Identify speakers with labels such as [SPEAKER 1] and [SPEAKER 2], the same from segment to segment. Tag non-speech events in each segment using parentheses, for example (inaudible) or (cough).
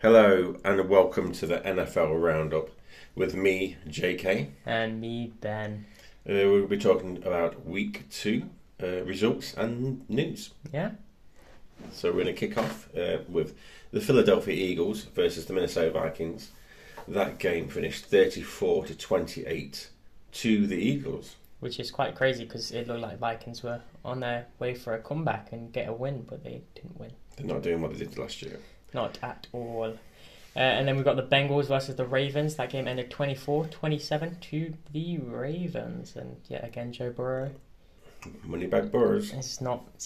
[SPEAKER 1] Hello and welcome to the NFL Roundup with me, JK.
[SPEAKER 2] And me, Ben.
[SPEAKER 1] Uh, we'll be talking about week two uh, results and news.
[SPEAKER 2] Yeah?
[SPEAKER 1] So we're going to kick off uh, with the Philadelphia Eagles versus the Minnesota Vikings. That game finished 34 to 28 to the Eagles.
[SPEAKER 2] Which is quite crazy because it looked like Vikings were on their way for a comeback and get a win, but they didn't win.
[SPEAKER 1] They're not doing what they did last year.
[SPEAKER 2] Not at all. Uh, and then we've got the Bengals versus the Ravens. That game ended 24 27 to the Ravens. And yet again, Joe Burrow
[SPEAKER 1] Moneybag Burrows.
[SPEAKER 2] is not, (laughs)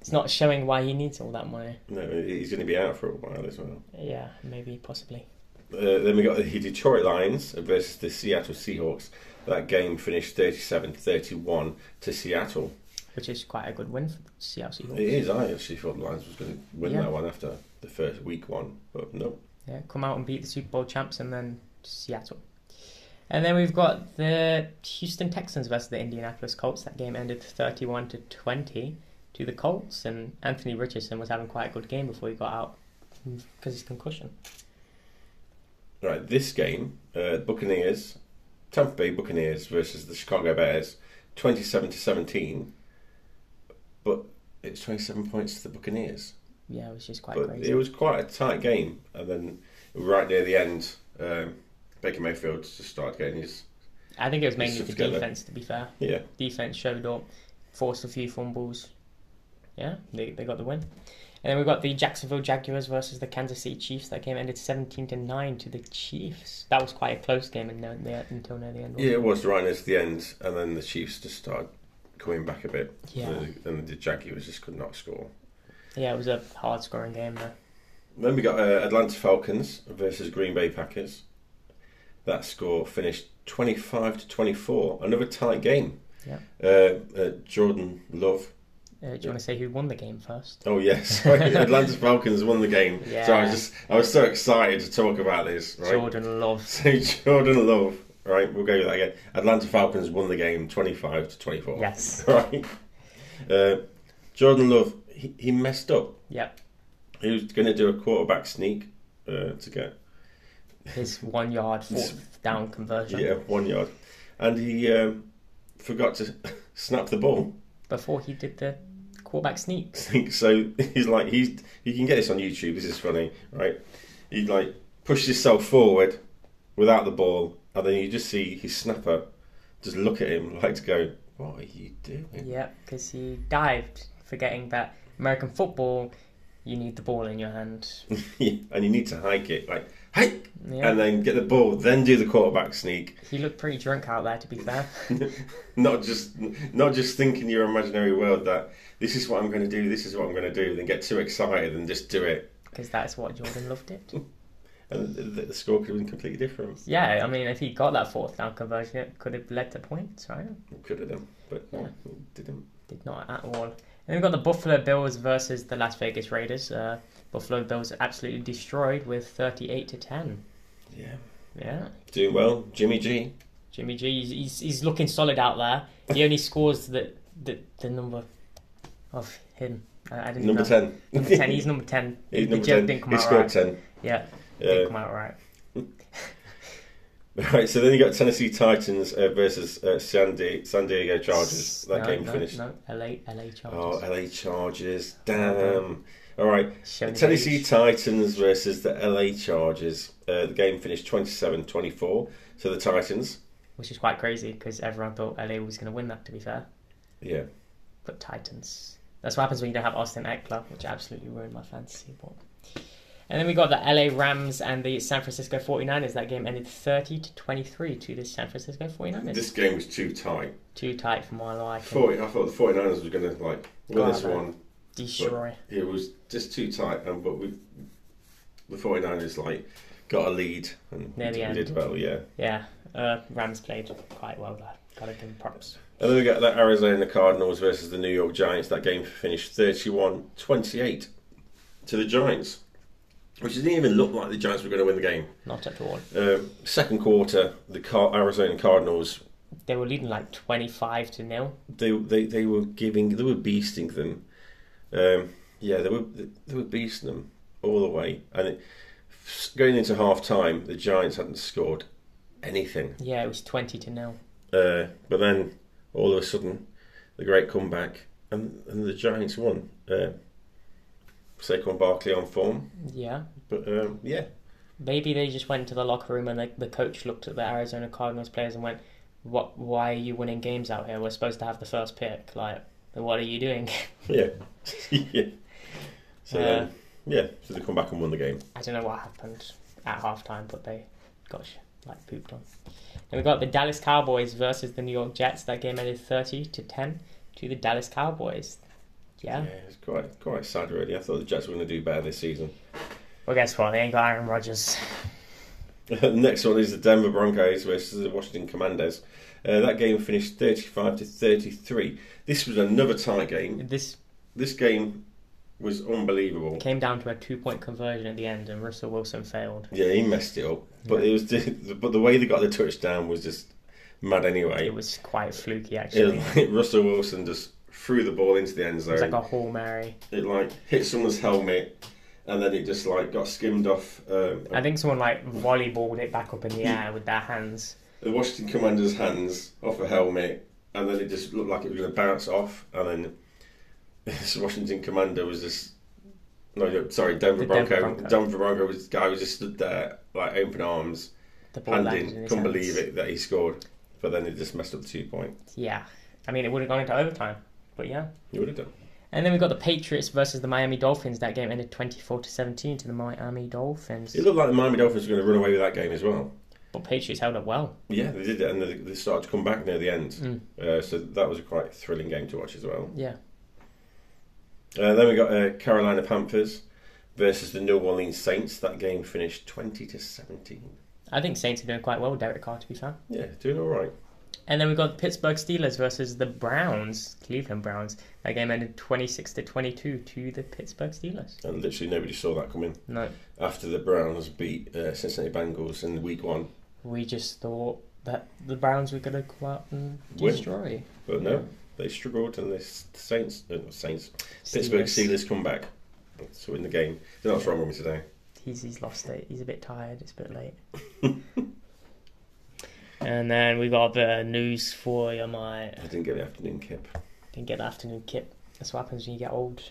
[SPEAKER 2] it's not showing why he needs all that money.
[SPEAKER 1] No, he's going to be out for a while as well.
[SPEAKER 2] Yeah, maybe, possibly.
[SPEAKER 1] Uh, then we got the Detroit Lions versus the Seattle Seahawks. That game finished 37 31 to Seattle.
[SPEAKER 2] Which is quite a good win for the Seattle Seahawks.
[SPEAKER 1] It is, I actually thought the Lions was going to win
[SPEAKER 2] Yeah.
[SPEAKER 1] that one after the first week one, but no.
[SPEAKER 2] Yeah, come out and beat the Super Bowl champs and then Seattle. And then we've got the Houston Texans versus the Indianapolis Colts. That game ended 31 to 20 to the Colts and Anthony Richardson was having quite a good game before he got out because his concussion.
[SPEAKER 1] Right, this game, uh, Buccaneers, Tampa Bay Buccaneers versus the Chicago Bears, 27 to 17, but it's 27 points to the Buccaneers.
[SPEAKER 2] Yeah, it was just quite
[SPEAKER 1] But
[SPEAKER 2] crazy.
[SPEAKER 1] it was quite a tight game, and then right near the end, um, Baker Mayfield just started getting his.
[SPEAKER 2] I think it was mainly
[SPEAKER 1] It's
[SPEAKER 2] the
[SPEAKER 1] together.
[SPEAKER 2] defense to be fair.
[SPEAKER 1] Yeah.
[SPEAKER 2] defense showed up, forced a few fumbles. Yeah, they, they got the win. And then we've got the Jacksonville Jaguars versus the Kansas City Chiefs. That game ended 17 to 9 to the Chiefs. That was quite a close game in the, the, until near the end.
[SPEAKER 1] Yeah,
[SPEAKER 2] wasn't
[SPEAKER 1] it was right near to the end, and then the Chiefs just started coming back a bit.
[SPEAKER 2] it? Yeah.
[SPEAKER 1] And, the, and the Jaguars just could not score.
[SPEAKER 2] Yeah, it was a hard scoring game though.
[SPEAKER 1] Then we got uh, Atlanta Falcons versus Green Bay Packers. That score finished 25 to 24. Another tight game.
[SPEAKER 2] Yeah.
[SPEAKER 1] Uh, uh, Jordan Love.
[SPEAKER 2] Uh, do you want to say who won the game first?
[SPEAKER 1] Oh yes, (laughs) Atlanta Falcons won the game. So I
[SPEAKER 2] Yeah.
[SPEAKER 1] was just I was so excited to talk about this. Right.
[SPEAKER 2] Jordan Love.
[SPEAKER 1] (laughs) So Jordan Love. Right, we'll go with that again. Atlanta Falcons won the game 25 to 24.
[SPEAKER 2] Yes.
[SPEAKER 1] (laughs) Right. Uh, Jordan Love. He, he messed up.
[SPEAKER 2] Yep.
[SPEAKER 1] He was going to do a quarterback sneak uh, to get
[SPEAKER 2] His one yard fourth down conversion
[SPEAKER 1] Yeah, one yard. And he um, forgot to (laughs) snap the ball. (laughs)
[SPEAKER 2] before he did the quarterback sneak.
[SPEAKER 1] so he's like, he's you can get this on YouTube. This is funny, right? He like pushes himself forward without the ball, and then you just see his snapper just look at him (laughs) like to go, "What are you doing?"
[SPEAKER 2] Yep, because he dived, forgetting that American football, you need the ball in your hand.
[SPEAKER 1] (laughs) and you need to hike it, like hike,
[SPEAKER 2] Yeah.
[SPEAKER 1] and then get the ball, then do the quarterback sneak.
[SPEAKER 2] He looked pretty drunk out there, to be fair. (laughs)
[SPEAKER 1] (laughs) not just not just think in your imaginary world that this is what I'm going to do, this is what I'm going to do, then get too excited and just do it.
[SPEAKER 2] Because that's what Jordan loved it.
[SPEAKER 1] and the, the score could have been completely different.
[SPEAKER 2] Yeah, I mean, if he got that fourth down conversion, it could have led to points, right?
[SPEAKER 1] Could have done, but no, it didn't.
[SPEAKER 2] Did not at all. And we've got the Buffalo Bills versus the Las Vegas Raiders. Uh, Buffalo Bills absolutely destroyed with 38 to 10.
[SPEAKER 1] Yeah,
[SPEAKER 2] Yeah.
[SPEAKER 1] doing well, Jimmy G.
[SPEAKER 2] Jimmy G, he's, he's, he's looking solid out there. He only scores the, the, the number of him. I, I didn't
[SPEAKER 1] Number
[SPEAKER 2] know.
[SPEAKER 1] ten.
[SPEAKER 2] Number
[SPEAKER 1] (laughs)
[SPEAKER 2] 10. He's number 10.
[SPEAKER 1] He's
[SPEAKER 2] the
[SPEAKER 1] number
[SPEAKER 2] joke
[SPEAKER 1] 10.
[SPEAKER 2] didn't come
[SPEAKER 1] He
[SPEAKER 2] out
[SPEAKER 1] scored
[SPEAKER 2] right.
[SPEAKER 1] ten.
[SPEAKER 2] Yeah, didn't
[SPEAKER 1] Yeah.
[SPEAKER 2] come out right.
[SPEAKER 1] Right, so then you got Tennessee Titans uh, versus uh, San, Di- San Diego Chargers. That
[SPEAKER 2] no,
[SPEAKER 1] game
[SPEAKER 2] no,
[SPEAKER 1] finished.
[SPEAKER 2] No, LA, LA Chargers.
[SPEAKER 1] Oh, LA Chargers. Damn. All right,
[SPEAKER 2] Showing his
[SPEAKER 1] Tennessee
[SPEAKER 2] age.
[SPEAKER 1] Titans versus the LA Chargers. Uh, the game finished 27-24. So the Titans.
[SPEAKER 2] which is quite crazy because everyone thought LA was going to win that. To be fair,
[SPEAKER 1] Yeah.
[SPEAKER 2] but Titans. That's what happens when you don't have Austin Eckler, which absolutely ruined my fantasy. But and then we got the LA Rams and the San Francisco 49ers. That game ended 30 to 23 to the San Francisco 49ers.
[SPEAKER 1] This game was too tight.
[SPEAKER 2] Too tight for my liking.
[SPEAKER 1] 40, I thought the 49ers were going to like win
[SPEAKER 2] Go
[SPEAKER 1] this
[SPEAKER 2] out there.
[SPEAKER 1] one.
[SPEAKER 2] Destroy.
[SPEAKER 1] It was just too tight, and but we, the 49ers like got a lead and
[SPEAKER 2] Near the
[SPEAKER 1] we
[SPEAKER 2] end.
[SPEAKER 1] did well, yeah.
[SPEAKER 2] Yeah, uh, Rams played quite well there. Gotta give them props.
[SPEAKER 1] And then we got the Arizona Cardinals versus the New York Giants. That game finished 31-28 to the Giants. which didn't even look like the Giants were going to win the game.
[SPEAKER 2] Not at all.
[SPEAKER 1] Um, second quarter, the Car- Arizona Cardinals
[SPEAKER 2] They were leading like 25 to nil.
[SPEAKER 1] they they they were giving they were beasting them. Um, yeah, they were they were beasting them all the way, and it, going into half time, the Giants hadn't scored anything.
[SPEAKER 2] Yeah, it was 20 to nil.
[SPEAKER 1] Uh, but then all of a sudden, the great comeback, and and the Giants won. Uh, Saquon Barkley on form,
[SPEAKER 2] Yeah.
[SPEAKER 1] but um, yeah, (laughs)
[SPEAKER 2] Maybe they just went to the locker room and the, the coach looked at the Arizona Cardinals players and went, "What? Why are you winning games out here? We're supposed to have the first pick. Like, what are you doing?" (laughs)
[SPEAKER 1] yeah, (laughs) yeah. So
[SPEAKER 2] Uh,
[SPEAKER 1] then, yeah, so they come back and won the game.
[SPEAKER 2] I don't know what happened at halftime, but they got sh- like pooped on. Then we got the Dallas Cowboys versus the New York Jets. That game ended thirty to ten to the Dallas Cowboys. Yeah.
[SPEAKER 1] it's quite quite sad really. I thought the Jets were going to do better this season. (laughs)
[SPEAKER 2] Well, guess what? They ain't got Aaron Rodgers. (laughs)
[SPEAKER 1] The Next one is the Denver Broncos versus the Washington Commanders. Uh, that game finished 35 to 33. This was another tie game.
[SPEAKER 2] This
[SPEAKER 1] This game was unbelievable.
[SPEAKER 2] came down to a two-point conversion at the end, and Russell Wilson failed.
[SPEAKER 1] Yeah, he messed it up, but it was just, (laughs) but the way they got the touchdown was just mad anyway.
[SPEAKER 2] It was quite fluky,
[SPEAKER 1] It
[SPEAKER 2] actually.
[SPEAKER 1] was like (laughs) Russell Wilson just threw the ball into the end
[SPEAKER 2] It was
[SPEAKER 1] zone.
[SPEAKER 2] like a haul mary.
[SPEAKER 1] it like hit someone's helmet, and then it just like got skimmed off. Um,
[SPEAKER 2] I think someone like volleyballed it back up in the air with their hands.
[SPEAKER 1] the Washington Commander's hands off a helmet, and then it just looked like it was going to bounce off, and then (laughs) this Washington Commander was just no, no, sorry, Denver
[SPEAKER 2] The Denver
[SPEAKER 1] Bronco,
[SPEAKER 2] Bronco.
[SPEAKER 1] Denver Bronco was guy was just stood there like open arms,
[SPEAKER 2] The ball
[SPEAKER 1] hand
[SPEAKER 2] landed in
[SPEAKER 1] in,
[SPEAKER 2] his
[SPEAKER 1] couldn't
[SPEAKER 2] hands.
[SPEAKER 1] believe it that he scored, but then it just messed up the two point.
[SPEAKER 2] Yeah, I mean it would have gone into overtime, but yeah.
[SPEAKER 1] You would have done.
[SPEAKER 2] And then we got the Patriots versus the Miami Dolphins. That game ended twenty-four to seventeen to the Miami Dolphins.
[SPEAKER 1] It looked like the Miami Dolphins were going to run away with that game as well.
[SPEAKER 2] But Patriots held up well.
[SPEAKER 1] Yeah, they did, and they, they started to come back near the end.
[SPEAKER 2] Hmm.
[SPEAKER 1] Uh, so that was a quite thrilling game to watch as well.
[SPEAKER 2] Yeah,
[SPEAKER 1] Uh, then we got uh, Carolina Panthers versus the New Orleans Saints. That game finished twenty to seventeen.
[SPEAKER 2] I think Saints are doing quite well. Derek Carr, to be fair.
[SPEAKER 1] Yeah, doing all right.
[SPEAKER 2] And then we got the Pittsburgh Steelers versus the Browns, Cleveland Browns. That game ended twenty-six to twenty-two to the Pittsburgh Steelers.
[SPEAKER 1] And literally nobody saw that coming.
[SPEAKER 2] No,
[SPEAKER 1] After the Browns beat uh, Cincinnati Bengals in week one,
[SPEAKER 2] we just thought that the Browns were going to go out and
[SPEAKER 1] Win.
[SPEAKER 2] destroy.
[SPEAKER 1] but no,
[SPEAKER 2] Yeah.
[SPEAKER 1] they struggled, and the S- Saints, uh, not Saints, Pittsburgh Steelers come back to win the game. Don't know what's wrong with me today.
[SPEAKER 2] He's he's lost it. He's a bit tired. It's a bit late. (laughs) and then we got the news for you, mate.
[SPEAKER 1] I didn't get the afternoon kip.
[SPEAKER 2] Didn't get the afternoon kip. That's what happens when you get old.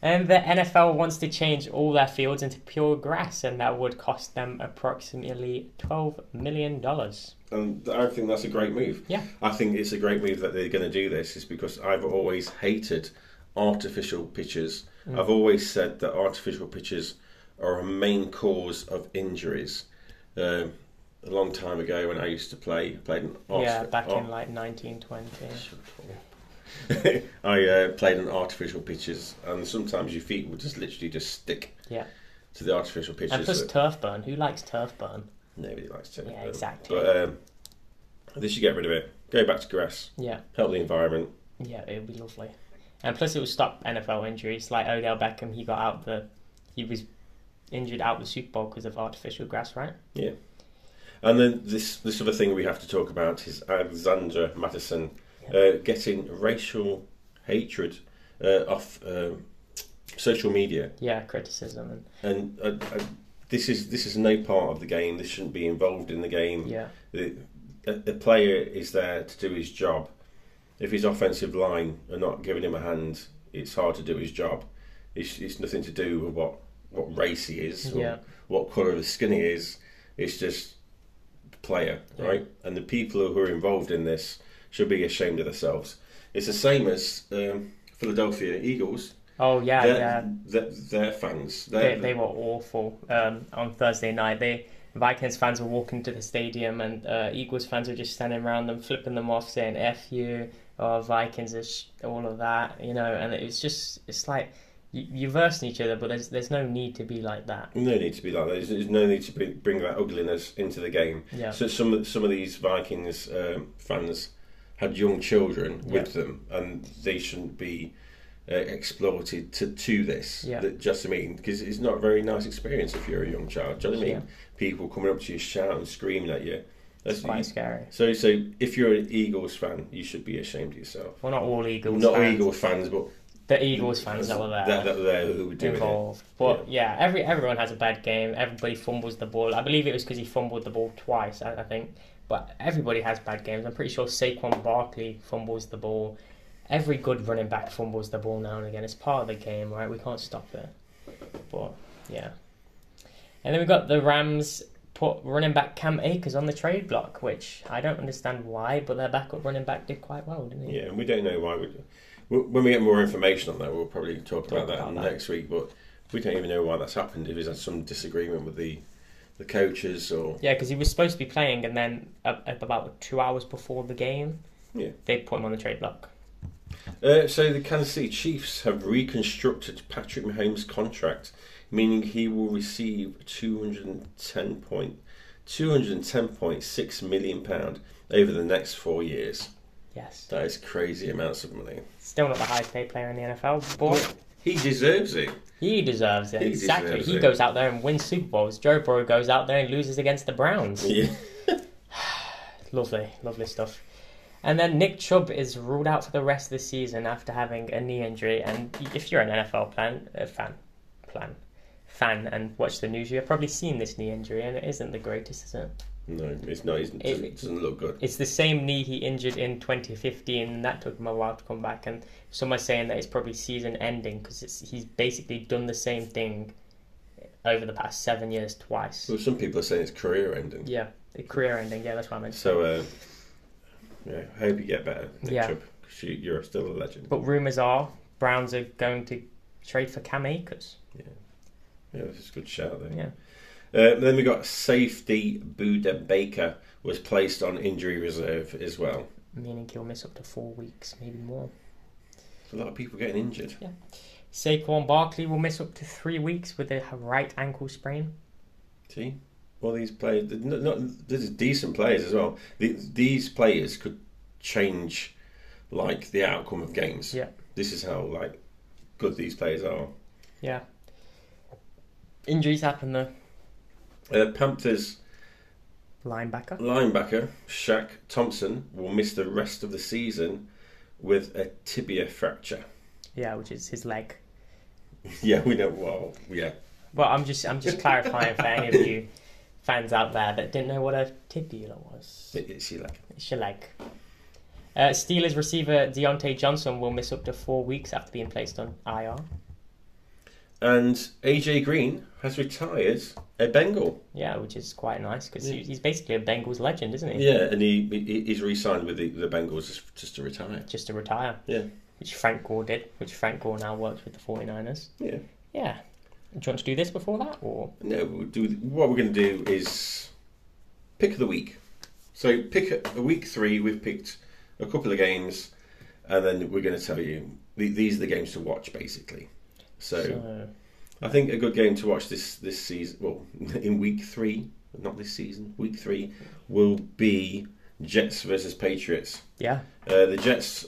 [SPEAKER 2] And the NFL wants to change all their fields into pure grass, and that would cost them approximately twelve million dollars.
[SPEAKER 1] And I think that's a great move.
[SPEAKER 2] Yeah.
[SPEAKER 1] I think it's a great move that they're going to do this, is because I've always hated artificial pitches.
[SPEAKER 2] Mm.
[SPEAKER 1] I've always said that artificial pitches are a main cause of injuries. Um, a long time ago, when I used to play, I played an art-
[SPEAKER 2] yeah, back
[SPEAKER 1] art-
[SPEAKER 2] in like nineteen twenty.
[SPEAKER 1] (laughs) I uh, played on artificial pitches, and sometimes your feet would just literally just stick
[SPEAKER 2] Yeah,
[SPEAKER 1] to the artificial pitches.
[SPEAKER 2] and plus
[SPEAKER 1] that-
[SPEAKER 2] turf burn. Who likes turf burn?
[SPEAKER 1] nobody likes to.
[SPEAKER 2] Yeah,
[SPEAKER 1] um,
[SPEAKER 2] exactly.
[SPEAKER 1] But um, they should get rid of it. Go back to grass.
[SPEAKER 2] Yeah.
[SPEAKER 1] Help the environment.
[SPEAKER 2] Yeah, it would be lovely. And plus, it would stop NFL injuries. Like Odell Beckham, he got out the, he was injured out the Super Bowl because of artificial grass, right?
[SPEAKER 1] And then this this other thing we have to talk about is Alexandra Madison uh, getting racial hatred uh, off um social media,
[SPEAKER 2] Yeah, criticism and
[SPEAKER 1] and uh, uh, this is this is no part of the game. This shouldn't be involved in the game.
[SPEAKER 2] yeah,
[SPEAKER 1] The, a, a player is there to do his job. If his offensive line are not giving him a hand, it's hard to do his job. It's, it's nothing to do with what, what race he is or
[SPEAKER 2] Yeah.
[SPEAKER 1] what colour of his skin he is. It's just the player,
[SPEAKER 2] Yeah.
[SPEAKER 1] right? And the people who are involved in this should be ashamed of themselves. It's the same as um, Philadelphia Eagles.
[SPEAKER 2] oh yeah,
[SPEAKER 1] their,
[SPEAKER 2] yeah.
[SPEAKER 1] their, their fans.
[SPEAKER 2] They,
[SPEAKER 1] Their,
[SPEAKER 2] they were awful um, on Thursday night. They Vikings fans were walking to the stadium, and uh, Eagles fans were just standing around them, flipping them off, saying "F you," or "Vikings," are sh-, all of that, you know. And it's just, it's like you, you're versing each other, but there's there's no need to be like that.
[SPEAKER 1] No need to be like that. There's, there's no need to bring, bring that ugliness into the game.
[SPEAKER 2] Yeah.
[SPEAKER 1] So some of- some of these Vikings um, fans had young children with them, and they shouldn't be uh, exploited to, to this.
[SPEAKER 2] Yeah.
[SPEAKER 1] That, just I mean, because it's not a very nice experience if you're a young child. Do you know what I mean?
[SPEAKER 2] Yeah.
[SPEAKER 1] People coming up to you, shouting, screaming at you.
[SPEAKER 2] It's quite scary.
[SPEAKER 1] so, so if you're an Eagles fan, you should be ashamed of yourself.
[SPEAKER 2] Well, not all Eagles
[SPEAKER 1] not
[SPEAKER 2] fans.
[SPEAKER 1] Eagles fans, but
[SPEAKER 2] The Eagles fans that were there.
[SPEAKER 1] That, that were there who were doing it.
[SPEAKER 2] involved. But yeah. every everyone has a bad game. Everybody fumbles the ball. I believe it was because he fumbled the ball twice. I, I think, but everybody has bad games. I'm pretty sure Saquon Barkley fumbles the ball. Every good running back fumbles the ball now and again. It's part of the game, right? We can't stop it. But yeah, and then we got the Rams put running back Cam Akers on the trade block, which I don't understand why, but their backup running back did quite well, didn't he?
[SPEAKER 1] Yeah, and we don't know why. We, w- when we get more information on that, we'll probably talk, about that
[SPEAKER 2] about that.
[SPEAKER 1] next week. But we don't even know why that's happened. If he's had some disagreement with the the coaches or
[SPEAKER 2] Yeah, because he was supposed to be playing, and then up, up about two hours before the game,
[SPEAKER 1] Yeah.
[SPEAKER 2] they put him on the trade block.
[SPEAKER 1] Uh, so the Kansas City Chiefs have reconstructed Patrick Mahomes' contract, meaning he will receive 210 point, 210.6 million pound over the next four years.
[SPEAKER 2] Yes,
[SPEAKER 1] That is crazy amounts of money.
[SPEAKER 2] still not the highest paid player in the NFL, but
[SPEAKER 1] He deserves it.
[SPEAKER 2] he deserves it.
[SPEAKER 1] He
[SPEAKER 2] exactly,
[SPEAKER 1] deserves
[SPEAKER 2] he
[SPEAKER 1] it.
[SPEAKER 2] goes out there and wins Super Bowls. Joe Burrow goes out there and loses against the Browns.
[SPEAKER 1] Yeah.
[SPEAKER 2] Lovely, lovely stuff. And then Nick Chubb is ruled out for the rest of the season after having a knee injury. And if you're an NFL plan, uh, fan, plan, fan, and watch the news, you've probably seen this knee injury, and it isn't the greatest, is it?
[SPEAKER 1] No, it's not. It doesn't, doesn't look good.
[SPEAKER 2] It's the same knee he injured in 2015, and that took him a while to come back. And some are saying that it's probably season ending because he's basically done the same thing over the past seven years twice.
[SPEAKER 1] Well, some people are saying it's career ending.
[SPEAKER 2] Yeah, a career ending. Yeah, that's what I meant.
[SPEAKER 1] So, uh, yeah, I hope you get better, Nick
[SPEAKER 2] Yeah.
[SPEAKER 1] because you, you're still a legend.
[SPEAKER 2] But rumors are Browns are going to trade for Cam Akers.
[SPEAKER 1] Yeah, this is a good shout there.
[SPEAKER 2] Yeah.
[SPEAKER 1] Uh, then we got safety Buda Baker was placed on injury reserve as well.
[SPEAKER 2] meaning he'll miss up to four weeks, maybe more.
[SPEAKER 1] A lot of people getting injured.
[SPEAKER 2] Saquon Barkley will miss up to three weeks with a right ankle sprain.
[SPEAKER 1] See, all these players, they're not, not this is decent players as well. The, these players could change like the outcome of games.
[SPEAKER 2] Yeah.
[SPEAKER 1] This is how like good these players are.
[SPEAKER 2] Yeah. Injuries happen though.
[SPEAKER 1] Uh, Panthers
[SPEAKER 2] Linebacker.
[SPEAKER 1] linebacker Shaq Thompson will miss the rest of the season with a tibia fracture.
[SPEAKER 2] Yeah, which is his leg.
[SPEAKER 1] (laughs) yeah, we know. Well, yeah.
[SPEAKER 2] Well, I'm just I'm just clarifying for any of you fans out there that didn't know what a tibula was.
[SPEAKER 1] It- It's your leg.
[SPEAKER 2] It's your leg. Uh, Steelers receiver Deontay Johnson will miss up to four weeks after being placed on IR.
[SPEAKER 1] And AJ Green has retired a Bengal.
[SPEAKER 2] Yeah, which is quite nice because
[SPEAKER 1] Yeah.
[SPEAKER 2] he's basically a Bengals legend, isn't he?
[SPEAKER 1] Yeah, and he he- he's re-signed with the, the Bengals just, just to retire.
[SPEAKER 2] Just to retire.
[SPEAKER 1] Yeah.
[SPEAKER 2] Which Frank Gore did, which Frank Gore now works with the 49ers.
[SPEAKER 1] Yeah.
[SPEAKER 2] Yeah. Do you want to do this before that? or
[SPEAKER 1] No, we'll do what we're going to do is pick of the week. So pick a, a week three. We've picked a couple of games, and then we're going to tell you the- these are the games to watch basically. So,
[SPEAKER 2] So,
[SPEAKER 1] I think a good game to watch this this season. Well, (laughs) in week three, not this season. Week three will be Jets versus Patriots.
[SPEAKER 2] yeah.
[SPEAKER 1] Uh, the Jets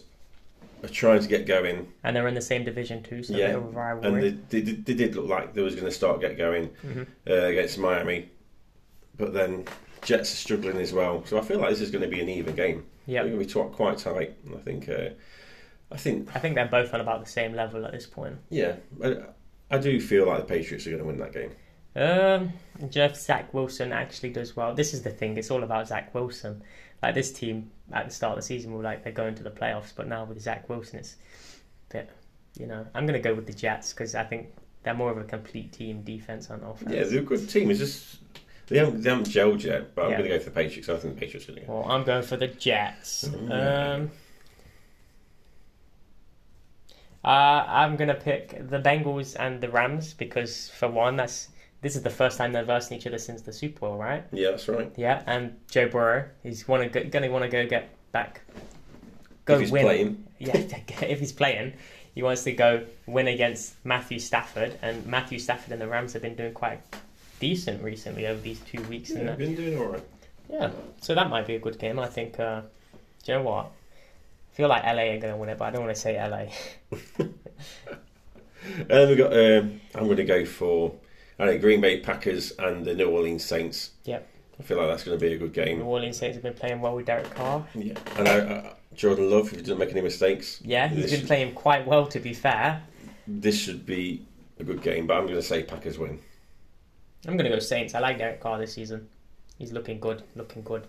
[SPEAKER 1] are trying to get going,
[SPEAKER 2] And they're in the same division too, so a
[SPEAKER 1] Yeah,
[SPEAKER 2] bit of a
[SPEAKER 1] and
[SPEAKER 2] rivalry.
[SPEAKER 1] they, they, did- they did look like they was going to start get going
[SPEAKER 2] Mhm.
[SPEAKER 1] uh, against Miami, but then Jets are struggling as well. So I feel like this is going to be an even game.
[SPEAKER 2] Yeah.
[SPEAKER 1] It's going to be t- quite tight. and I think. Uh, I think.
[SPEAKER 2] I think they're both on about the same level at this point.
[SPEAKER 1] Yeah, I, I do feel like the Patriots are going to win that game.
[SPEAKER 2] Um, Jeff Zach Wilson actually does well. This is the thing; it's all about Zach Wilson. Like this team at the start of the season were like they're going to the playoffs, but now with Zach Wilson, it's a bit. You know, I'm going to go with the Jets because I think they're more of a complete team defense on offense.
[SPEAKER 1] Yeah, they're a good team. It's just they haven't they haven't gelled yet, but I'm
[SPEAKER 2] Yeah.
[SPEAKER 1] going to go for the Patriots. I think the Patriots are going to go.
[SPEAKER 2] Well, I'm going for the Jets.
[SPEAKER 1] Ooh.
[SPEAKER 2] Um, uh, I'm gonna pick the Bengals and the Rams because, for one, that's this is the first time they're versing each other since the Super Bowl, right?
[SPEAKER 1] Yeah, that's right.
[SPEAKER 2] Yeah, and Joe Burrow, he's wanna go, gonna want to go get back, go
[SPEAKER 1] if he's
[SPEAKER 2] win.
[SPEAKER 1] playing,
[SPEAKER 2] (laughs) Yeah, if he's playing, he wants to go win against Matthew Stafford, and Matthew Stafford and the Rams have been doing quite decent recently over these two weeks,
[SPEAKER 1] yeah,
[SPEAKER 2] and
[SPEAKER 1] they've been doing all right.
[SPEAKER 2] yeah, so that might be a good game. I think, uh, do you know what? feel like LA are going to win it, but I don't want to say LA.
[SPEAKER 1] (laughs) And then we got. Um, I'm going to go for. I don't know Green Bay Packers and the New Orleans Saints.
[SPEAKER 2] (laughs) Yep.
[SPEAKER 1] I feel like that's going to be a good
[SPEAKER 2] New
[SPEAKER 1] game.
[SPEAKER 2] Orleans Saints have been playing well with Derek Carr.
[SPEAKER 1] Yeah. And I, I, Jordan Love, if he doesn't make any mistakes,
[SPEAKER 2] Yeah, he's
[SPEAKER 1] this,
[SPEAKER 2] been playing quite well, to be fair.
[SPEAKER 1] this should be a good game. But I'm going to say Packers win.
[SPEAKER 2] I'm going to go Saints. I like Derek Carr this season. He's looking good, looking good.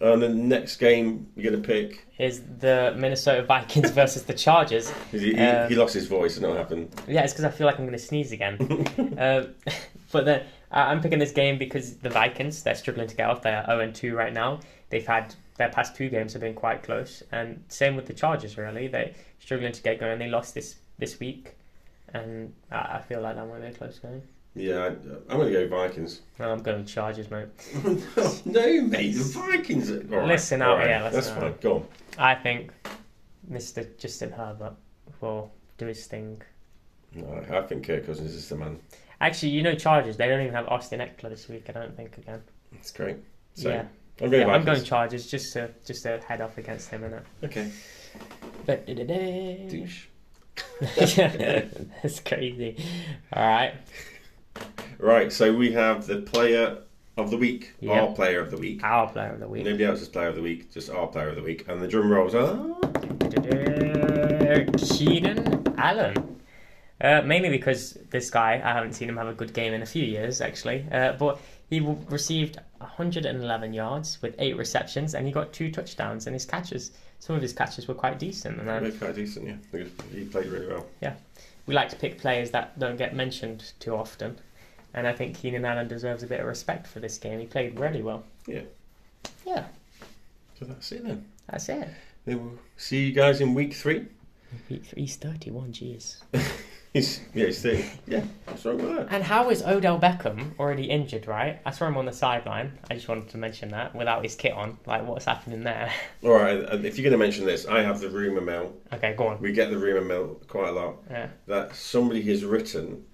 [SPEAKER 1] Uh, And the next game you're going to pick.
[SPEAKER 2] Is the Minnesota Vikings (laughs) versus the Chargers?
[SPEAKER 1] He, he,
[SPEAKER 2] Uh,
[SPEAKER 1] he lost his voice. I don't know what happened.
[SPEAKER 2] Yeah, it's because I feel like I'm going to sneeze again. uh, but then I I'm picking this game because the Vikings they're struggling to get off. They're 0 2 right now. They've had their past two games have been quite close, and same with the Chargers. Really, they're struggling to get going. They lost this this week, and I, I feel like that might be a close game.
[SPEAKER 1] (laughs) Yeah, I, I'm going to go Vikings. (laughs)
[SPEAKER 2] No, I'm going Chargers, mate.
[SPEAKER 1] no, mate, the Vikings. Are, all right,
[SPEAKER 2] Listen
[SPEAKER 1] all
[SPEAKER 2] out, yeah, listen
[SPEAKER 1] that's
[SPEAKER 2] out.
[SPEAKER 1] fine. Go on.
[SPEAKER 2] I think Mr. Justin Herbert will do his thing.
[SPEAKER 1] No, I think Kirk Cousins is the man.
[SPEAKER 2] Actually, you know, Chargers they don't even have Austin Eckler this week. I don't think again.
[SPEAKER 1] That's great. So
[SPEAKER 2] yeah,
[SPEAKER 1] I'm going
[SPEAKER 2] yeah I'm going
[SPEAKER 1] Vikings.
[SPEAKER 2] Chargers just to just to head off against him, innit?
[SPEAKER 1] Okay.
[SPEAKER 2] Da-da-da-da.
[SPEAKER 1] Douche.
[SPEAKER 2] (laughs) That's crazy. All right.
[SPEAKER 1] Right, so we have the player of the week,
[SPEAKER 2] Yeah.
[SPEAKER 1] our player of the week.
[SPEAKER 2] Our player of the week.
[SPEAKER 1] Nobody else's player of the week, just our player of the week. And the drum "Ah." rolls are.
[SPEAKER 2] Keenan Allen. Uh, mainly because this guy, I haven't seen him have a good game in a few years, actually. Uh, but he w- received 111 yards with eight receptions, and he got two touchdowns. And his catches, some of his catches were quite decent. And I,
[SPEAKER 1] They're quite decent, yeah. They- He played really well.
[SPEAKER 2] we like to pick players that don't get mentioned too often. And I think Keenan Allen deserves a bit of respect for this game. He played really well.
[SPEAKER 1] Yeah.
[SPEAKER 2] Yeah,
[SPEAKER 1] So that's it then.
[SPEAKER 2] that's it.
[SPEAKER 1] Then we'll see you guys in week three. (laughs)
[SPEAKER 2] Week three, he's 31, jeez.
[SPEAKER 1] He's, yeah, he's three. Yeah, what's wrong with that?
[SPEAKER 2] And how is Odell Beckham already injured, right? I saw him on the sideline. I just wanted to mention that without his kit on. Like, what's happening there? (laughs)
[SPEAKER 1] All right, and if you're going to mention this, I have the rumour mill.
[SPEAKER 2] okay, go on.
[SPEAKER 1] We get the rumour mill quite a lot.
[SPEAKER 2] Yeah.
[SPEAKER 1] that somebody has written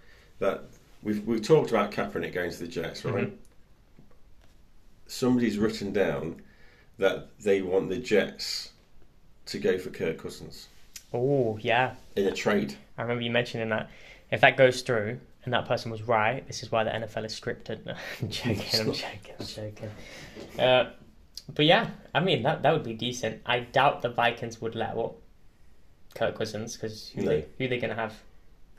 [SPEAKER 1] that we've we've talked about Kaepernick going to the Jets, right? Somebody's written down that they want the Jets to go for Kirk Cousins
[SPEAKER 2] Oh, yeah.
[SPEAKER 1] in a trade.
[SPEAKER 2] I remember you mentioning that. If that goes through and that person was right, this is why the NFL is scripted. (laughs) No, I'm joking,
[SPEAKER 1] It's
[SPEAKER 2] I'm
[SPEAKER 1] not.
[SPEAKER 2] joking, I'm joking. Uh, but yeah, I mean, that, that would be decent. I doubt the Vikings would let up Kirk Cousins because who,
[SPEAKER 1] No.
[SPEAKER 2] they, who they going to have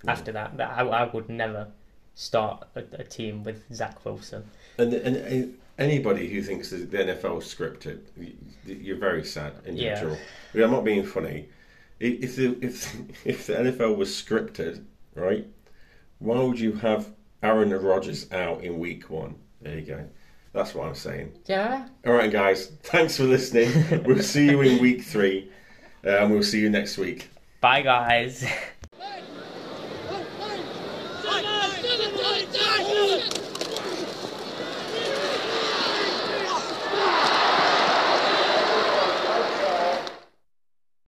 [SPEAKER 2] after that? That- I, I would never start a, a team with Zach Wilson.
[SPEAKER 1] And, and, and anybody who thinks that the NFL is scripted, y- you're very sad individual. Yeah. I'm not being funny. I- If the if (laughs) if the NFL was scripted, right? Why would you have Aaron Rodgers out in Week One? There you go. That's what I'm saying.
[SPEAKER 2] Yeah.
[SPEAKER 1] All right, guys. Thanks for listening. we'll see you in week three, uh, and we'll see you next week.
[SPEAKER 2] Bye, guys. (laughs)